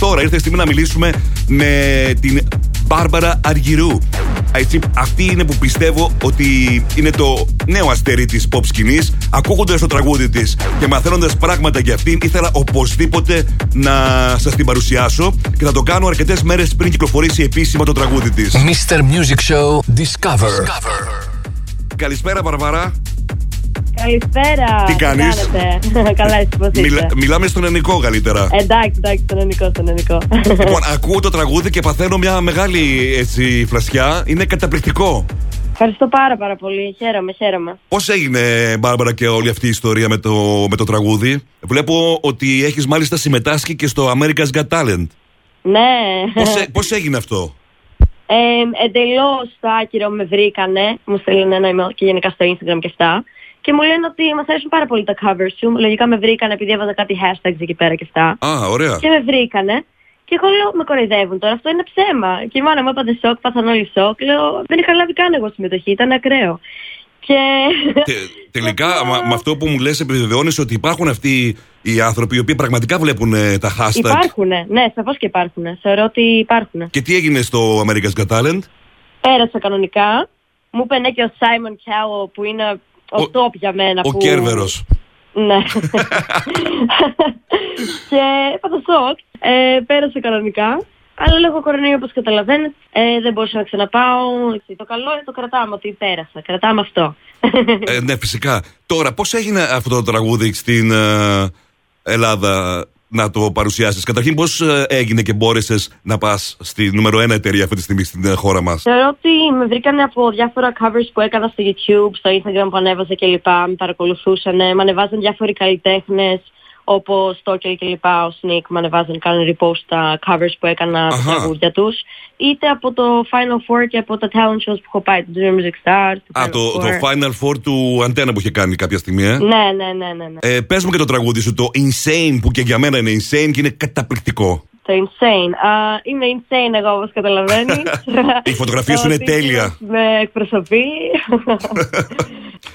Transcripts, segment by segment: Τώρα ήρθε η στιγμή να μιλήσουμε με την Μπάρμπαρα Αργυρού. Έτσι, αυτή είναι που πιστεύω ότι είναι το νέο αστέρι της pop σκηνής. Ακούγοντας το τραγούδι της και μαθαίνοντας πράγματα για αυτήν, ήθελα οπωσδήποτε να σας την παρουσιάσω και θα το κάνω αρκετές μέρες πριν κυκλοφορήσει επίσημα το τραγούδι της. Mr. Music Show Discover. Discover. Καλησπέρα, Βαρβαρά. Καλησπέρα. Τι κάνεις? κάνετε? Καλά, εσύ πώς Μιλα- είστε. μιλάμε στον ελληνικό καλύτερα. Εντάξει, εντάξει, τον ελληνικό, τον ελληνικό. Λοιπόν, ακούω το τραγούδι και παθαίνω μια μεγάλη έτσι, φλασιά. Είναι καταπληκτικό. Ευχαριστώ πάρα πάρα πολύ. Χαίρομαι, χαίρομαι. Πώς έγινε, Μπάρμπαρα, και όλη αυτή η ιστορία με το, με το τραγούδι. Βλέπω ότι έχεις μάλιστα συμμετάσχει και στο America's Got Talent. Ναι. Πώς, έ- πώς έγινε αυτό, Ε, Εντελώ στο άκυρο με βρήκανε. Μου στέλνουν ένα email και γενικά στο Instagram και αυτά. Και μου λένε ότι μας αρέσουν πάρα πολύ τα covers σου. Λογικά με βρήκανε επειδή έβαζα κάτι hashtags εκεί πέρα και αυτά. Α, ωραία. Και με βρήκανε. Και εγώ λέω, με κοροϊδεύουν τώρα, αυτό είναι ψέμα. Και η μάνα μου έπαθε σοκ, πάθαν όλοι σοκ. Λέω, δεν είχα λάβει καν εγώ συμμετοχή, ήταν ακραίο. Και... Τε- τελικά, μα- με αυτό που μου λες επιβεβαιώνεις ότι υπάρχουν αυτοί οι άνθρωποι οι οποίοι πραγματικά βλέπουν ε, τα hashtag. Υπάρχουνε, ναι, σαφώς και υπάρχουνε. Θεωρώ ότι υπάρχουνε. Και τι έγινε στο America's Got Talent. Πέρασα κανονικά. Μου είπε ναι και ο Σάιμον Κιάο που είναι ο, Ο- top για μένα. Ο που... Κέρβερος. Ναι. και έπαθα σοκ. Ε, πέρασε κανονικά. Αλλά λόγω κορονοϊού, όπως καταλαβαίνετε, ε, δεν μπορούσα να ξαναπάω. Έτσι, Το καλό είναι το κρατάμε, ότι πέρασα. Κρατάμε αυτό. Ε, ναι, φυσικά. Τώρα, πώς έγινε αυτό το τραγούδι στην ε, Ελλάδα να το παρουσιάσεις. Καταρχήν, πώς ε, έγινε και μπόρεσες να πας στη νούμερο ένα εταιρεία αυτή τη στιγμή στην ε, χώρα μας. Θεωρώ ότι με βρήκανε από διάφορα covers που έκανα στο YouTube, στο Instagram που ανέβαζα κλπ. Με παρακολουθούσαν, με ανεβάζαν διάφοροι καλλιτέχνες όπω Τόκελ κλπ. Ο Σνίκ με ανεβάζαν, κάνουν repost τα covers που έκανα από τα Αχα. τραγούδια τους. Είτε από το Final Four και από τα talent shows που έχω πάει, το Dream Music Stars. Α, Final το, το Four. Final Four του Αντένα που είχε κάνει κάποια στιγμή, ε. Ναι, ναι, ναι, ναι. ναι. Ε, πες μου και το τραγούδι σου, το Insane, που και για μένα είναι Insane και είναι καταπληκτικό. Το insane. Α, είμαι insane εγώ όπως καταλαβαίνεις. Η φωτογραφία σου Το είναι τίτλος τέλεια. Με εκπροσωπεί.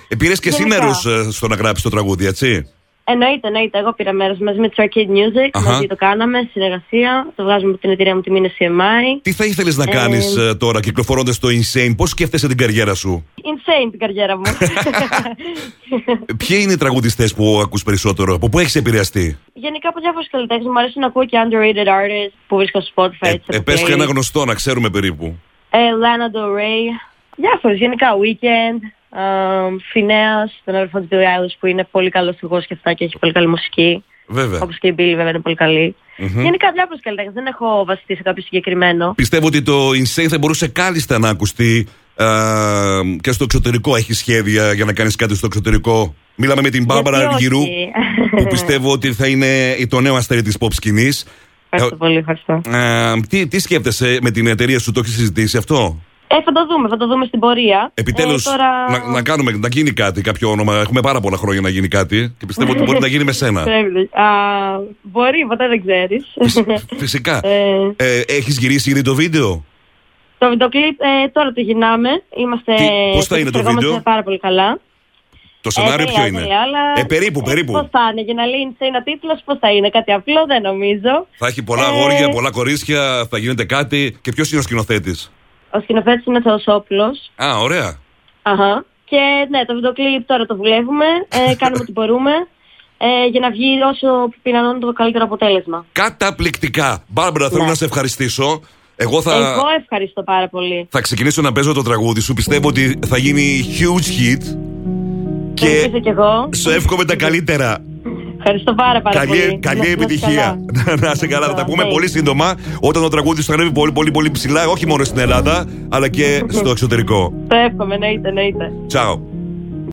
Ε, Πήρες και εσύ Γενικά. μέρος, ε, στο να γράψεις το τραγούδι, έτσι. Εννοείται, εννοείται. Εγώ πήρα μέρος μαζί με το Arcade Music. Αχα. Μαζί το κάναμε, συνεργασία. Το βγάζουμε από την εταιρεία μου τη μήνα CMI. Τι θα ήθελες να Ε, κάνεις ε, τώρα κυκλοφορώντας το Insane, πώς σκέφτεσαι την καριέρα σου. Insane την καριέρα μου. Ε, Ποιοι είναι οι τραγουδιστές που ακούς περισσότερο, από πού έχεις επηρεαστεί. Γενικά από διάφορους καλλιτέχνες μου αρέσει να ακούω και underrated artists που βρίσκω στο Spotify. Ε, έτσι, ε, από πες playlist. και ένα γνωστό να ξέρουμε περίπου. Ε, Lana Del Rey. Διάφορους. Γενικά Weekend. Φινέας, τον αδερφό της Billie Eilish που είναι πολύ καλός εγώ και αυτά και έχει πολύ καλή μουσική. Βέβαια. Όπως και η Billie βέβαια είναι πολύ καλή. Γενικά διάφορου καλλιτέχνες. Δεν έχω βασιστεί σε κάποιο συγκεκριμένο. Πιστεύω ότι το Insane θα μπορούσε κάλλιστα να ακουστεί ε, και στο εξωτερικό. Έχει σχέδια για να κάνεις κάτι στο εξωτερικό. Μίλαμε με την Μπάμπαρα Γιατί όχι? Αργυρού, που πιστεύω ότι θα είναι το νέο αστέρι της pop σκηνής. Ευχαριστώ πολύ, ευχαριστώ. Ε, τι, τι σκέφτεσαι με την εταιρεία σου, το έχεις συζητήσει αυτό. Ε, θα το δούμε, θα το δούμε στην πορεία. Επιτέλους, ε, τώρα... να, να, κάνουμε, να γίνει κάτι, κάποιο όνομα. Έχουμε πάρα πολλά χρόνια να γίνει κάτι και πιστεύω ότι μπορεί να γίνει με σένα. Πρέπει. Α, μπορεί, ποτέ δεν ξέρεις. Φυσικά. ε, Ε, έχεις γυρίσει ήδη το βίντεο. το βιντεοκλίπ ε, τώρα το γυρνάμε. Είμαστε. Τι- πώς θα είναι το εξεργόμαστε βίντεο? πάρα πολύ καλά. Το σενάριο τέλεια, ποιο είναι. τέλεια, Ε, ναι, αλλά- Ε, περίπου, περίπου. Πώς θα είναι, για να λέει σε ένα τίτλος, πώς θα είναι. Κάτι απλό, δεν νομίζω. Θα έχει πολλά Ε, αγόρια, πολλά κορίτσια, θα γίνεται κάτι. Και ποιος είναι ο σκηνοθέτης. Ο σκηνοθέτης είναι ο Θεοσόπουλος. Α, ωραία. Αχα. Και ναι, το βιντεοκλίπ τώρα το δουλεύουμε. Ε, κάνουμε ό,τι μπορούμε. Ε, για να βγει όσο πιθανόν το καλύτερο αποτέλεσμα. Καταπληκτικά. Μπάρμπαρα, θέλω Ναι. να σε ευχαριστήσω. Εγώ θα, Εγώ ευχαριστώ πάρα πολύ. θα ξεκινήσω να παίζω το τραγούδι σου. Πιστεύω ότι θα γίνει huge hit. Και... Και κι εγώ. σου εύχομαι τα καλύτερα. Ευχαριστώ πάρα, πάρα Καλή, πολύ. Να καλή είστε επιτυχία. καλά. Να- Να σε καλά. Θα τα πούμε Ναι. πολύ σύντομα όταν το τραγούδι σου ανέβει πολύ, πολύ, πολύ ψηλά, όχι μόνο στην Ελλάδα, αλλά και στο εξωτερικό. Το εύχομαι, εννοείται, εννοείται. Τσαο.